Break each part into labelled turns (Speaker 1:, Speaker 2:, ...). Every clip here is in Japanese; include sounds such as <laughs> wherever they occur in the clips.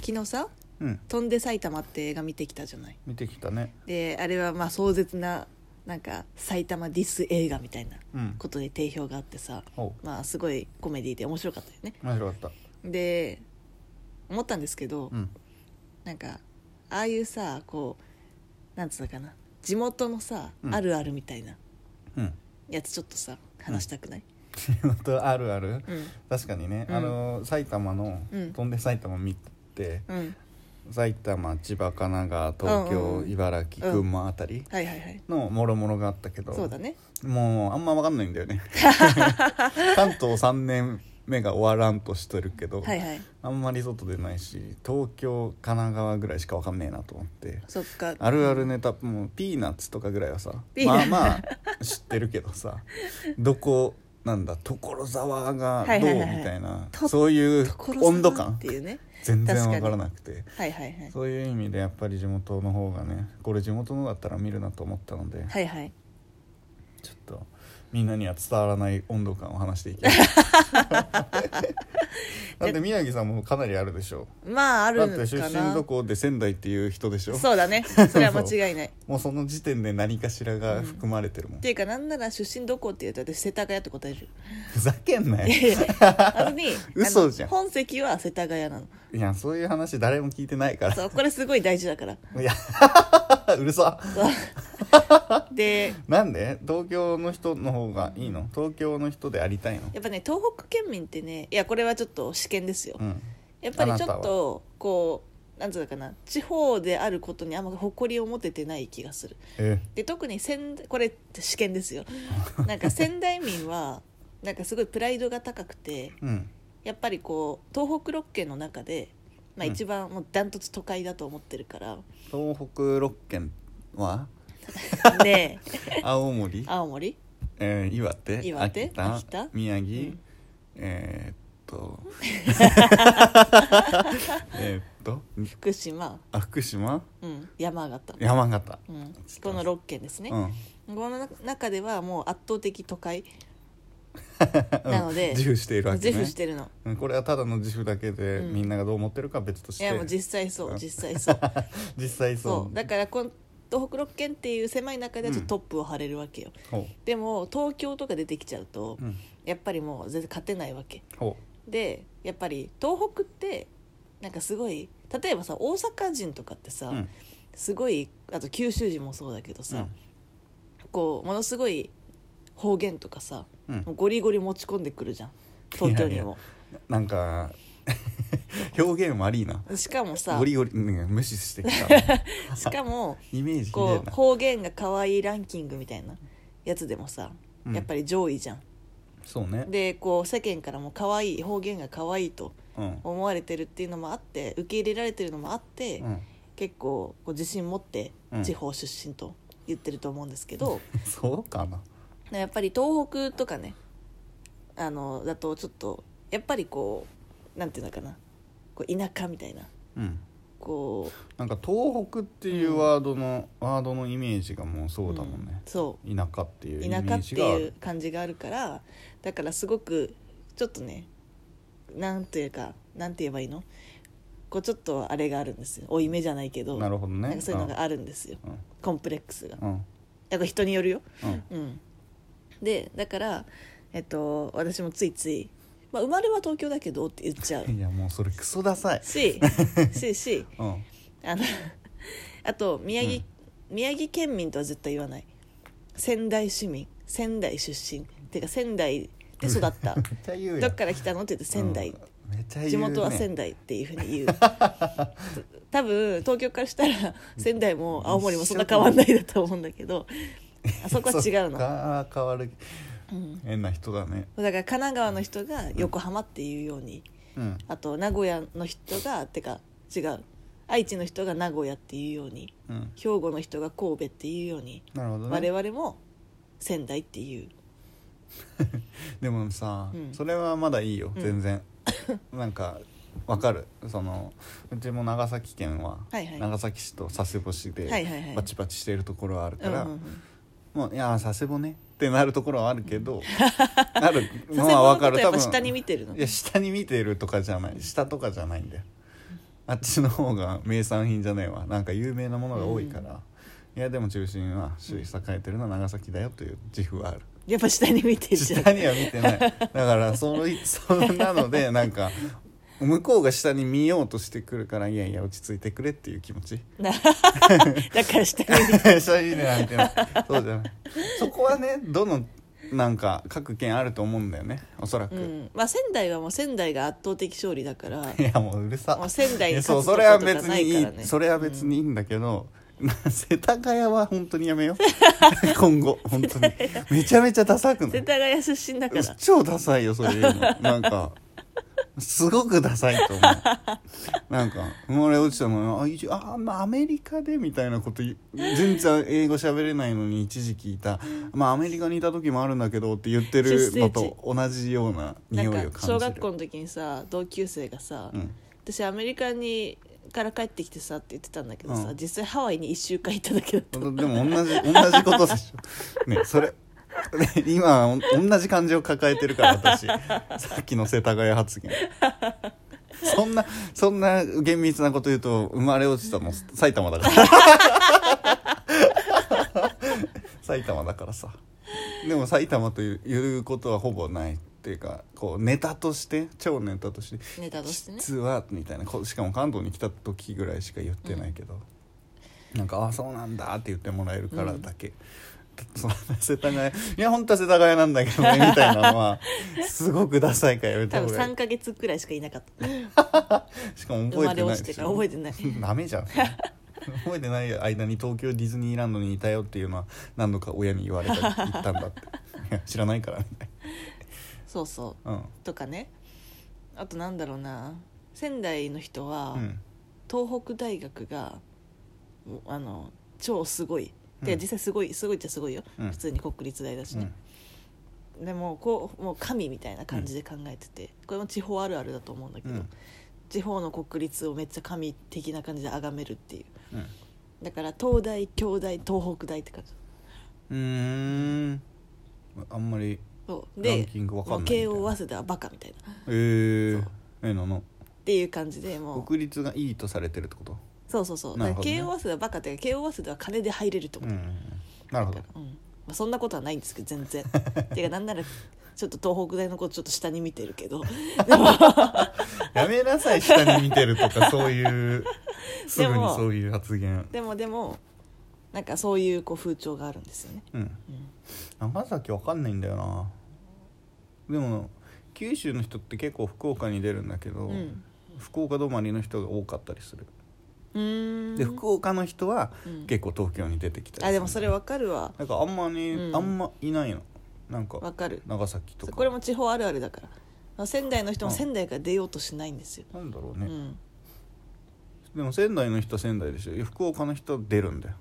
Speaker 1: 昨日さ
Speaker 2: うん
Speaker 1: 「飛んで埼玉」って映画見てきたじゃない
Speaker 2: 見てきたね
Speaker 1: であれはまあ壮絶ななんか埼玉ディス映画みたいな
Speaker 2: うん
Speaker 1: ことで定評があってさ
Speaker 2: おう
Speaker 1: まあすごいコメディで面白かったよね
Speaker 2: 面白かった
Speaker 1: で思ったんですけど、
Speaker 2: うん
Speaker 1: なんかああいうさこうなんつうのかな地元のさ、
Speaker 2: うん
Speaker 1: あるあるみたいな
Speaker 2: <laughs> うん
Speaker 1: やつちょっとさ話したくない、
Speaker 2: 地元あるある
Speaker 1: うん
Speaker 2: 確かにね、
Speaker 1: うん
Speaker 2: あの埼玉の、
Speaker 1: うん
Speaker 2: 飛んで埼玉見て
Speaker 1: うん、
Speaker 2: 埼玉千葉神奈川東京、
Speaker 1: うんうん
Speaker 2: 茨城群馬あたり
Speaker 1: はいはいはい
Speaker 2: のもろもろがあったけど
Speaker 1: そうだね
Speaker 2: もうあんま分かんないんだ
Speaker 1: <laughs>
Speaker 2: よね <laughs> 関東3年目が終わらんとしてるけど、
Speaker 1: はいはい
Speaker 2: あんまり外出ないし東京神奈川ぐらいしか分かんねえなと思って
Speaker 1: そっか
Speaker 2: あるあるネタもうピーナッツとかぐらいはさ
Speaker 1: ピーナッ
Speaker 2: まあ
Speaker 1: ツ
Speaker 2: まあ知ってるけ
Speaker 1: <laughs>
Speaker 2: どさどこなんだ所沢がどう
Speaker 1: はい
Speaker 2: み
Speaker 1: はいはいはい
Speaker 2: たいな
Speaker 1: と
Speaker 2: そういう
Speaker 1: 所沢
Speaker 2: 温度感
Speaker 1: っていうね
Speaker 2: 全然
Speaker 1: 確か
Speaker 2: 分
Speaker 1: に
Speaker 2: からなくて
Speaker 1: はいはいはい
Speaker 2: そういう意味でやっぱり地元の方がねこれ地元のだったら見るなと思ったので
Speaker 1: はいはい
Speaker 2: ちょっとみんなには伝わらない温度感を話してい
Speaker 1: <laughs>
Speaker 2: きますだって宮城さんもかなりあるでしょ
Speaker 1: まあある
Speaker 2: だ
Speaker 1: か
Speaker 2: っ
Speaker 1: な
Speaker 2: て出身どこで仙台っていう人でしょ
Speaker 1: そう
Speaker 2: <laughs>
Speaker 1: だねそれは間違いない
Speaker 2: もうその時点で何かしらが含まれてるもん、
Speaker 1: っていうかなんなら出身どこって言うと私世田谷って答え
Speaker 2: <laughs>
Speaker 1: る
Speaker 2: ふざけんなよ
Speaker 1: あに
Speaker 2: 嘘じゃん
Speaker 1: あの本籍は世田谷なの
Speaker 2: いやそういう話誰も聞いてないから
Speaker 1: そうこれすごい大事だ
Speaker 2: <laughs>
Speaker 1: から
Speaker 2: いやうるさ
Speaker 1: そうで
Speaker 2: なんで東京の人の方がいいの東京の人でありたいの
Speaker 1: やっぱね東北県民ってねいやこれはちょっと試験ですよ、
Speaker 2: うん
Speaker 1: やっぱりちょ
Speaker 2: あな
Speaker 1: ったとこうなんつうのかな地方であることにあんま誇りを持ててない気がする
Speaker 2: え
Speaker 1: で特に仙これ試験ですよなんか仙台民はなんかすごいプライドが高くて
Speaker 2: うん
Speaker 1: やっぱりこう東北6県の中で、まあ、
Speaker 2: うん
Speaker 1: 一番もうダントツ都会だと思ってる
Speaker 2: <laughs>
Speaker 1: から、
Speaker 2: 東北6県
Speaker 1: <laughs>
Speaker 2: は
Speaker 1: ねえ
Speaker 2: 青森、
Speaker 1: 青森
Speaker 2: えー岩手
Speaker 1: 岩手
Speaker 2: 秋田
Speaker 1: 秋田
Speaker 2: 宮城、
Speaker 1: うん
Speaker 2: えー、っ
Speaker 1: <laughs>
Speaker 2: とえーっと
Speaker 1: 福島、
Speaker 2: あ福島
Speaker 1: うん、山形、
Speaker 2: 山形、
Speaker 1: うん、この6県ですね、
Speaker 2: うん
Speaker 1: この中ではもう圧倒的都会
Speaker 2: <laughs> うん
Speaker 1: なので
Speaker 2: 自負しているわけね
Speaker 1: 自負してるの
Speaker 2: うんこれはただの自負だけで、
Speaker 1: うん
Speaker 2: みんながどう思ってるかは別とし
Speaker 1: い
Speaker 2: て
Speaker 1: やもう実際そう実際そう
Speaker 2: 実際
Speaker 1: そ
Speaker 2: <laughs> そう
Speaker 1: うだからこの東北6県っていう狭い中ではちょっとトップを張れるわけよ、
Speaker 2: ほ
Speaker 1: でも東京とか出てきちゃうと、
Speaker 2: う、うん、
Speaker 1: やっぱりもう全然勝てないわけ
Speaker 2: ほ
Speaker 1: でやっぱり東北ってなんかすごい例えばさ大阪人とかってさ、
Speaker 2: う、うん
Speaker 1: すごいあと九州人もそうだけど
Speaker 2: う
Speaker 1: さ、
Speaker 2: ん
Speaker 1: こうものすごい方言とかさ、
Speaker 2: うん
Speaker 1: もうゴリゴリ持ち込んでくるじゃん東京にも
Speaker 2: なんか <laughs> 表現悪いな
Speaker 1: しかもさ
Speaker 2: ゴリゴリ、うん無視してき
Speaker 1: <laughs>
Speaker 2: た
Speaker 1: しかも
Speaker 2: イメージひで
Speaker 1: こ
Speaker 2: え
Speaker 1: う
Speaker 2: な
Speaker 1: 方言が可愛いランキングみたいなやつでもさ、
Speaker 2: うん
Speaker 1: やっぱり上位じゃん
Speaker 2: そうね
Speaker 1: でこう世間からも可愛い方言が可愛いと
Speaker 2: うん、
Speaker 1: 思われてるっていうのもあって受け入れられてるのもあって、
Speaker 2: うん、
Speaker 1: 結構こう自信持って
Speaker 2: うん
Speaker 1: 地方出身と言ってると思うんですけど、
Speaker 2: そうかな
Speaker 1: やっぱり東北とかねあのだとちょっとやっぱりこうなんていうのかなこう田舎みたいな
Speaker 2: うん
Speaker 1: こ
Speaker 2: なんか東北っていうワードの、ワードのイメージがもうそううだもんね
Speaker 1: ん、そ
Speaker 2: 田舎っていう
Speaker 1: う
Speaker 2: イメ
Speaker 1: 田舎
Speaker 2: ー
Speaker 1: って
Speaker 2: ジがあ
Speaker 1: いう
Speaker 2: る
Speaker 1: 感じがあるからだからすごくちょっとねなんというかなんて言えばいいのこうちょっとあれがあるんですよ負い目じゃないけど
Speaker 2: なるほどね
Speaker 1: なんかそういうのがあるんですよ
Speaker 2: うん
Speaker 1: コンプレックスが
Speaker 2: うん
Speaker 1: だから人によるよ
Speaker 2: うん
Speaker 1: うん、でだから、えっと、私もついつい、まあ、生まれは東京だけどって言っちゃう
Speaker 2: いやもうそれクソダサい、
Speaker 1: ししし
Speaker 2: うん、
Speaker 1: あのあと宮城、宮城県民とは絶対言わない仙台市民仙台出身っていうか仙台で育った
Speaker 2: <laughs> めっちゃ言うやん
Speaker 1: どっから来たのって言って仙台、
Speaker 2: うんめっちゃ言う、ね、
Speaker 1: 地元は仙台っていうふうに言う <laughs> 多分東京からしたら仙台も青森もそんな変わんないだと思うんだけどあそこは違うの
Speaker 2: そっか変わる
Speaker 1: うん
Speaker 2: 変な人だね
Speaker 1: だから神奈川の人が横浜っていうように、
Speaker 2: うん
Speaker 1: あと名古屋の人がてか違う愛知の人が名古屋っていうように
Speaker 2: うん
Speaker 1: 兵庫の人が神戸っていうように、
Speaker 2: なるほど
Speaker 1: 我
Speaker 2: ね
Speaker 1: 々も仙台っていう
Speaker 2: でもさ、
Speaker 1: うん
Speaker 2: それはまだいいよ
Speaker 1: うん
Speaker 2: 全然、なんかわかるそのうちも長崎県は、
Speaker 1: はいはい
Speaker 2: 長崎市と佐世保市で、
Speaker 1: はいはいはい
Speaker 2: バチバチしてるところはあるから、
Speaker 1: うんうんうん
Speaker 2: もういやー佐世保ねってなるところはあるけどなる
Speaker 1: <laughs> 佐世
Speaker 2: まあ
Speaker 1: 保の
Speaker 2: わ
Speaker 1: こ
Speaker 2: か
Speaker 1: と
Speaker 2: る
Speaker 1: や
Speaker 2: 多
Speaker 1: っぱ
Speaker 2: 分
Speaker 1: 下に見てるの
Speaker 2: いや下に見てるとかじゃない下とかじゃないんだよあっちの方が名産品じゃねえわなんか有名なものが多いから、いやでも中心は主栄えてるのは長崎だよという自負はある
Speaker 1: やっぱ下に見てん <laughs> じゃん
Speaker 2: 下には見てないだからその
Speaker 1: <laughs>
Speaker 2: そんなのでなんか向こうが下に見ようとしてくるからいやいや落ち着いてくれっていう気持ち <laughs>
Speaker 1: なだから下に見て
Speaker 2: 下にねなんてそうじゃないそこはねどのなんか各県あると思うんだよねおそらく、
Speaker 1: うんまあ、仙台はもう仙台が圧倒的勝利だから
Speaker 2: <laughs> いやもううるさ
Speaker 1: もう仙台に
Speaker 2: いや
Speaker 1: 勝
Speaker 2: そ
Speaker 1: つとこと
Speaker 2: うそれ
Speaker 1: か
Speaker 2: は
Speaker 1: ない
Speaker 2: 別
Speaker 1: から
Speaker 2: にいい
Speaker 1: ね
Speaker 2: それは別にいいんだけど、 <laughs> 世田谷は本当にやめよう今後本当にめちゃめちゃダサくな
Speaker 1: 世
Speaker 2: い
Speaker 1: 田谷出身だから
Speaker 2: 超ダサいよそういうのなんかすごくダサいと思うなんか俺落ちたのあ一応あまあアメリカでみたいなこと言う全然英語喋れないのに一時聞いた、まあ、アメリカにいた時もあるんだけどって言ってるのと同じような
Speaker 1: な
Speaker 2: 匂い
Speaker 1: ん
Speaker 2: を
Speaker 1: か
Speaker 2: 感じる
Speaker 1: 小学校の時にさ同級生がさ、
Speaker 2: うん
Speaker 1: 私アメリカにから帰ってきてさって言ってたんだけどさ、
Speaker 2: うん
Speaker 1: 実際ハワイに1週間いただけだっ
Speaker 2: <laughs>
Speaker 1: た
Speaker 2: でも同じ同じことでしょねそれね今お同じ感情を抱えてるから私さっきの世田谷発言そんなそんな厳密なこと言うと生まれ落ちたの埼玉だから <laughs> 埼玉だからさでも埼玉といういうことはほぼないっていうかこうネタとして超ネタとして
Speaker 1: ネタとして
Speaker 2: <laughs>
Speaker 1: ね
Speaker 2: 実はみたいなこうしかも関東に来た時ぐらいしか言ってないけど、なんか「ああそうなんだ」って言ってもらえるからだけ、そんな世田谷「いや本当は世田谷なんだけどね」みたいな
Speaker 1: <laughs>
Speaker 2: のはすごくダサいからやめ
Speaker 1: 多
Speaker 2: た
Speaker 1: 分
Speaker 2: 方がい
Speaker 1: 3
Speaker 2: い
Speaker 1: か月くらいしかいなかった
Speaker 2: しかも
Speaker 1: 生
Speaker 2: 覚
Speaker 1: まれ
Speaker 2: えてな
Speaker 1: 落
Speaker 2: い
Speaker 1: ちて
Speaker 2: でし <laughs>
Speaker 1: から
Speaker 2: ょ
Speaker 1: 覚えてない
Speaker 2: ダメじゃん <laughs> 覚えてない間に東京ディズニーランドにいたよっていうのは何度か親に言われたり言ったんだっ
Speaker 1: <laughs>
Speaker 2: ていや知らないからみたい
Speaker 1: そうそう
Speaker 2: な
Speaker 1: とかねあとなんだろうな仙台の人は、
Speaker 2: うん、うん、
Speaker 1: 東北大学がもうあの超すごいで、
Speaker 2: うん
Speaker 1: 実際すごいすごいっちゃすごいよ、
Speaker 2: うん
Speaker 1: 普通に国立大だしね、でもこうもう神みたいな感じで考えてて、これも地方あるあるだと思うんだけ
Speaker 2: う
Speaker 1: ど、
Speaker 2: ん
Speaker 1: 地方の国立をめっちゃ神的な感じで崇めるっていう
Speaker 2: うん
Speaker 1: だから東大京大東北大って感じ
Speaker 2: うーんあんまり
Speaker 1: そう
Speaker 2: ラン
Speaker 1: で
Speaker 2: キングわかんな
Speaker 1: も
Speaker 2: い
Speaker 1: う
Speaker 2: みたい
Speaker 1: 慶
Speaker 2: な
Speaker 1: 応早稲田はバカみたいなっ
Speaker 2: えー
Speaker 1: そう、
Speaker 2: えなの
Speaker 1: ていう感じでもう
Speaker 2: 国立がいいとされてるってこと
Speaker 1: そうそうそう、
Speaker 2: な
Speaker 1: だ
Speaker 2: る
Speaker 1: から
Speaker 2: ほどね
Speaker 1: 慶応早稲田はバカっていうか慶応早稲田は金で入れると思
Speaker 2: う
Speaker 1: うん
Speaker 2: うんうん
Speaker 1: <laughs>
Speaker 2: なるほど
Speaker 1: うんまあ、そんなことはないんですけど全
Speaker 2: <laughs>
Speaker 1: 然ていうかなんならちょっと東北大のことちょっと下に見てる
Speaker 2: <laughs>
Speaker 1: けどでも
Speaker 2: やめなさい下に見てると
Speaker 1: <laughs>
Speaker 2: かそういうすぐ
Speaker 1: で
Speaker 2: に
Speaker 1: も
Speaker 2: そういう発言
Speaker 1: でもでもなんかそういうこう風潮があるんですよね
Speaker 2: うん
Speaker 1: うん
Speaker 2: 長崎わかんないんだよなでも九州の人って結構福岡に出るんだけど、
Speaker 1: うん
Speaker 2: 福岡止まりの人が多かったりする
Speaker 1: うーん
Speaker 2: で福岡の人は
Speaker 1: うん
Speaker 2: 結構東京に出てきたりする
Speaker 1: あでもそれわかるわ
Speaker 2: なんかあんまり、
Speaker 1: うん
Speaker 2: あんまいないのなんか
Speaker 1: わかる
Speaker 2: 長崎とか
Speaker 1: これも地方あるあるだからまあ仙台の人も
Speaker 2: うん
Speaker 1: 仙台から出ようとしないんですよ、
Speaker 2: なんだろ
Speaker 1: う
Speaker 2: うね、
Speaker 1: ん、
Speaker 2: でも仙台の人は仙台でしょ福岡の人は出るんだよ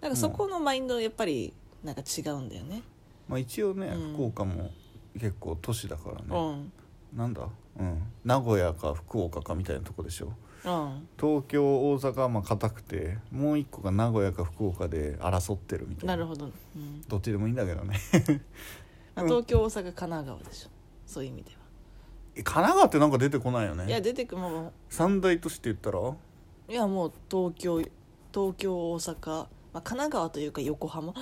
Speaker 1: なんかそこのマインドやっぱりなんか違うんだよね
Speaker 2: まあ一応ね、
Speaker 1: うん
Speaker 2: 福岡も結構都市だから
Speaker 1: う
Speaker 2: ね、
Speaker 1: ん
Speaker 2: なんだうん名古屋か福岡かみたいなとこでしょ
Speaker 1: うん
Speaker 2: 東京大阪はまあ硬くてもう一個が名古屋か福岡で争ってるみたいな
Speaker 1: なるほど、うん
Speaker 2: どっちでもいいんだけどね <laughs>
Speaker 1: まあ東京大阪神奈川でしょそういう意味では、
Speaker 2: え神奈川ってなんか出てこないよ
Speaker 1: いや
Speaker 2: ね
Speaker 1: 出てくもう
Speaker 2: 三大都市って言ったら
Speaker 1: いやもう東京東京大阪、まあ、神奈川というか横浜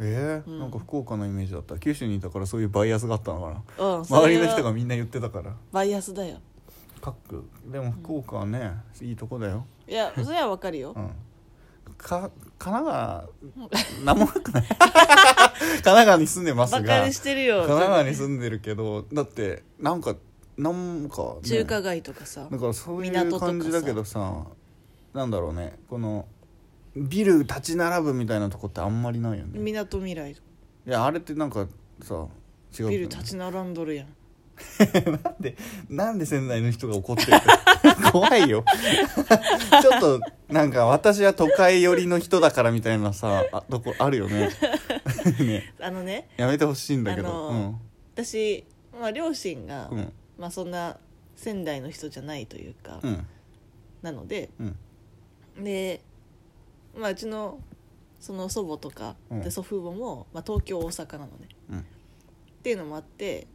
Speaker 2: えー
Speaker 1: うん
Speaker 2: なんか福岡のイメージだった九州にいたからそういうバイアスがあったのかな
Speaker 1: うんそ
Speaker 2: 周
Speaker 1: れ
Speaker 2: り
Speaker 1: は
Speaker 2: の人がみんな言ってたから
Speaker 1: バイアスだよ
Speaker 2: 各でも福岡はね、いいとこだよ
Speaker 1: いやそれはわかるよ
Speaker 2: うんか神奈川何もなくない <laughs> 神奈川に住んでます
Speaker 1: バ
Speaker 2: が
Speaker 1: カに
Speaker 2: 神
Speaker 1: してるよ
Speaker 2: 奈川に住んでるけどだってなんかなんか、ね、
Speaker 1: 中華街とかさ
Speaker 2: だからそうい
Speaker 1: 港と
Speaker 2: う
Speaker 1: かさ
Speaker 2: 感じだけどさなんだろうねこのビル立ち並ぶみたいなとこってあんまりないよね
Speaker 1: みなとみらいとか
Speaker 2: いやあれってなんかさ違うよね
Speaker 1: ビル立ち並んどるやん
Speaker 2: <laughs> なんで、なんで仙台の人が怒ってるか <laughs> 怖いよ。ちょっと、なんか私は都会寄りの人だからみたいなさ、あとこあるよね。 <laughs> ね
Speaker 1: あのね
Speaker 2: やめてほしいんだけど。
Speaker 1: あの私、まあ、両親が、
Speaker 2: うん。うん。
Speaker 1: まあ、そんな仙台の人じゃないというか、
Speaker 2: うん。
Speaker 1: なので
Speaker 2: うん。
Speaker 1: で、まあ、うちのその祖母とか、
Speaker 2: うん
Speaker 1: で祖父母も、まあ、東京大阪なのね
Speaker 2: うん。
Speaker 1: っていうのもあって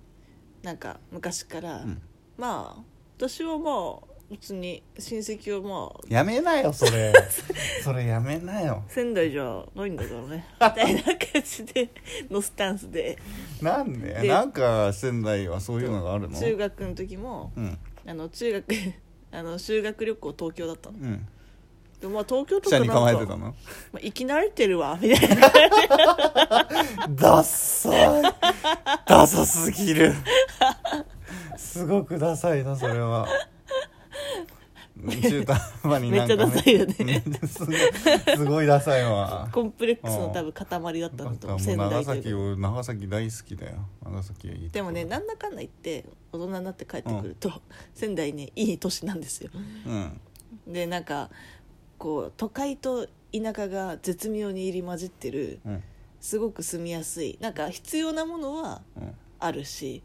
Speaker 1: なんか昔から、
Speaker 2: うん
Speaker 1: まあ私はもう別に親戚はまあ
Speaker 2: やめなよそ
Speaker 1: <laughs>
Speaker 2: れそれやめなよ
Speaker 1: 仙台じゃないんだから
Speaker 2: <laughs>
Speaker 1: ねみたいな感じでのスタンスで
Speaker 2: なんで
Speaker 1: で
Speaker 2: なんか仙台はそういうのがあるの
Speaker 1: 中学の時も
Speaker 2: うん
Speaker 1: あの中学 <laughs> あの修学旅行東京だったの
Speaker 2: うん
Speaker 1: でもまあ東京とかな
Speaker 2: 下
Speaker 1: ん
Speaker 2: に
Speaker 1: か
Speaker 2: 構えてたの
Speaker 1: まあ、生き慣れてるわ <laughs> みたいな
Speaker 2: ダッサいダサすぎるすごくダサいなそれは中途半端になんか、ね、
Speaker 1: めっちゃダサいよね
Speaker 2: すごいすごいダサいわ
Speaker 1: コンプレックスの多分塊だった
Speaker 2: なんん
Speaker 1: だと
Speaker 2: か
Speaker 1: 思う
Speaker 2: もう
Speaker 1: 仙
Speaker 2: 長
Speaker 1: 台と
Speaker 2: 崎
Speaker 1: いうか
Speaker 2: を長崎大好きだよ長崎はいいと
Speaker 1: で
Speaker 2: こ
Speaker 1: もねなんだかんだ言って大人になって帰ってくると、仙台ねいい都市なんですよ
Speaker 2: うん
Speaker 1: でなんかこう都会と田舎が絶妙に入り混じってる
Speaker 2: うん
Speaker 1: すごく住みやすいなんか必要なものは
Speaker 2: うん
Speaker 1: ある
Speaker 2: <laughs>
Speaker 1: し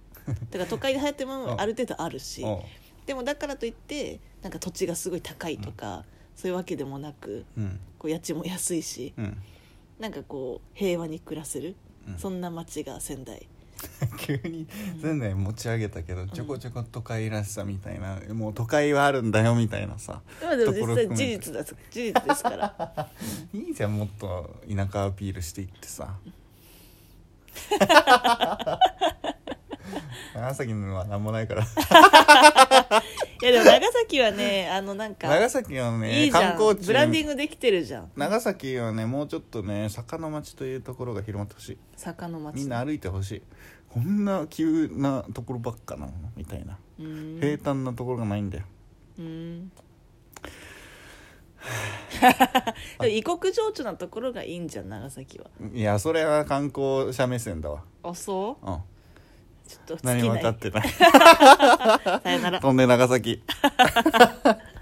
Speaker 1: だから都会で流行ってるもの
Speaker 2: うん
Speaker 1: もある程度あるし
Speaker 2: おう
Speaker 1: でもだからといってなんか土地がすごい高いとか、そういうわけでもなく
Speaker 2: うん
Speaker 1: こう家賃も安いし
Speaker 2: うん <laughs>
Speaker 1: なんかこう平和に暮らせる、
Speaker 2: うん
Speaker 1: そんな街が仙台
Speaker 2: 急に前代持ち上げたけどちょこちょこ都会らしさみたいなもう都会はあるんだよみたいなさ
Speaker 1: まあでも
Speaker 2: とこ
Speaker 1: 実際
Speaker 2: ろ含め
Speaker 1: 事
Speaker 2: て
Speaker 1: 実だ事実ですから <laughs>
Speaker 2: いいじゃんもっと田舎アピールしていっ
Speaker 1: <laughs>
Speaker 2: てさ長崎のは何もないから
Speaker 1: いやでも長崎はねあのなんか
Speaker 2: 長崎はね
Speaker 1: いいじゃ
Speaker 2: 観
Speaker 1: ん
Speaker 2: 光地
Speaker 1: ブランディングできてるじゃん
Speaker 2: 長崎はねもうちょっとね坂の町というところが広まってほしい
Speaker 1: 坂の町
Speaker 2: みんな歩いてほしいこんな急なところばっかなのみたいな
Speaker 1: うーん
Speaker 2: 平坦なところがないんだよ
Speaker 1: うー
Speaker 2: <laughs>
Speaker 1: んでも異国情緒なところがいいんじゃん長崎はい
Speaker 2: やそれは観光者目線だわ
Speaker 1: あそう
Speaker 2: うん
Speaker 1: ちょっと尽き
Speaker 2: 何も
Speaker 1: な
Speaker 2: 分かっ
Speaker 1: い
Speaker 2: てない
Speaker 1: さよなら
Speaker 2: 飛んで長崎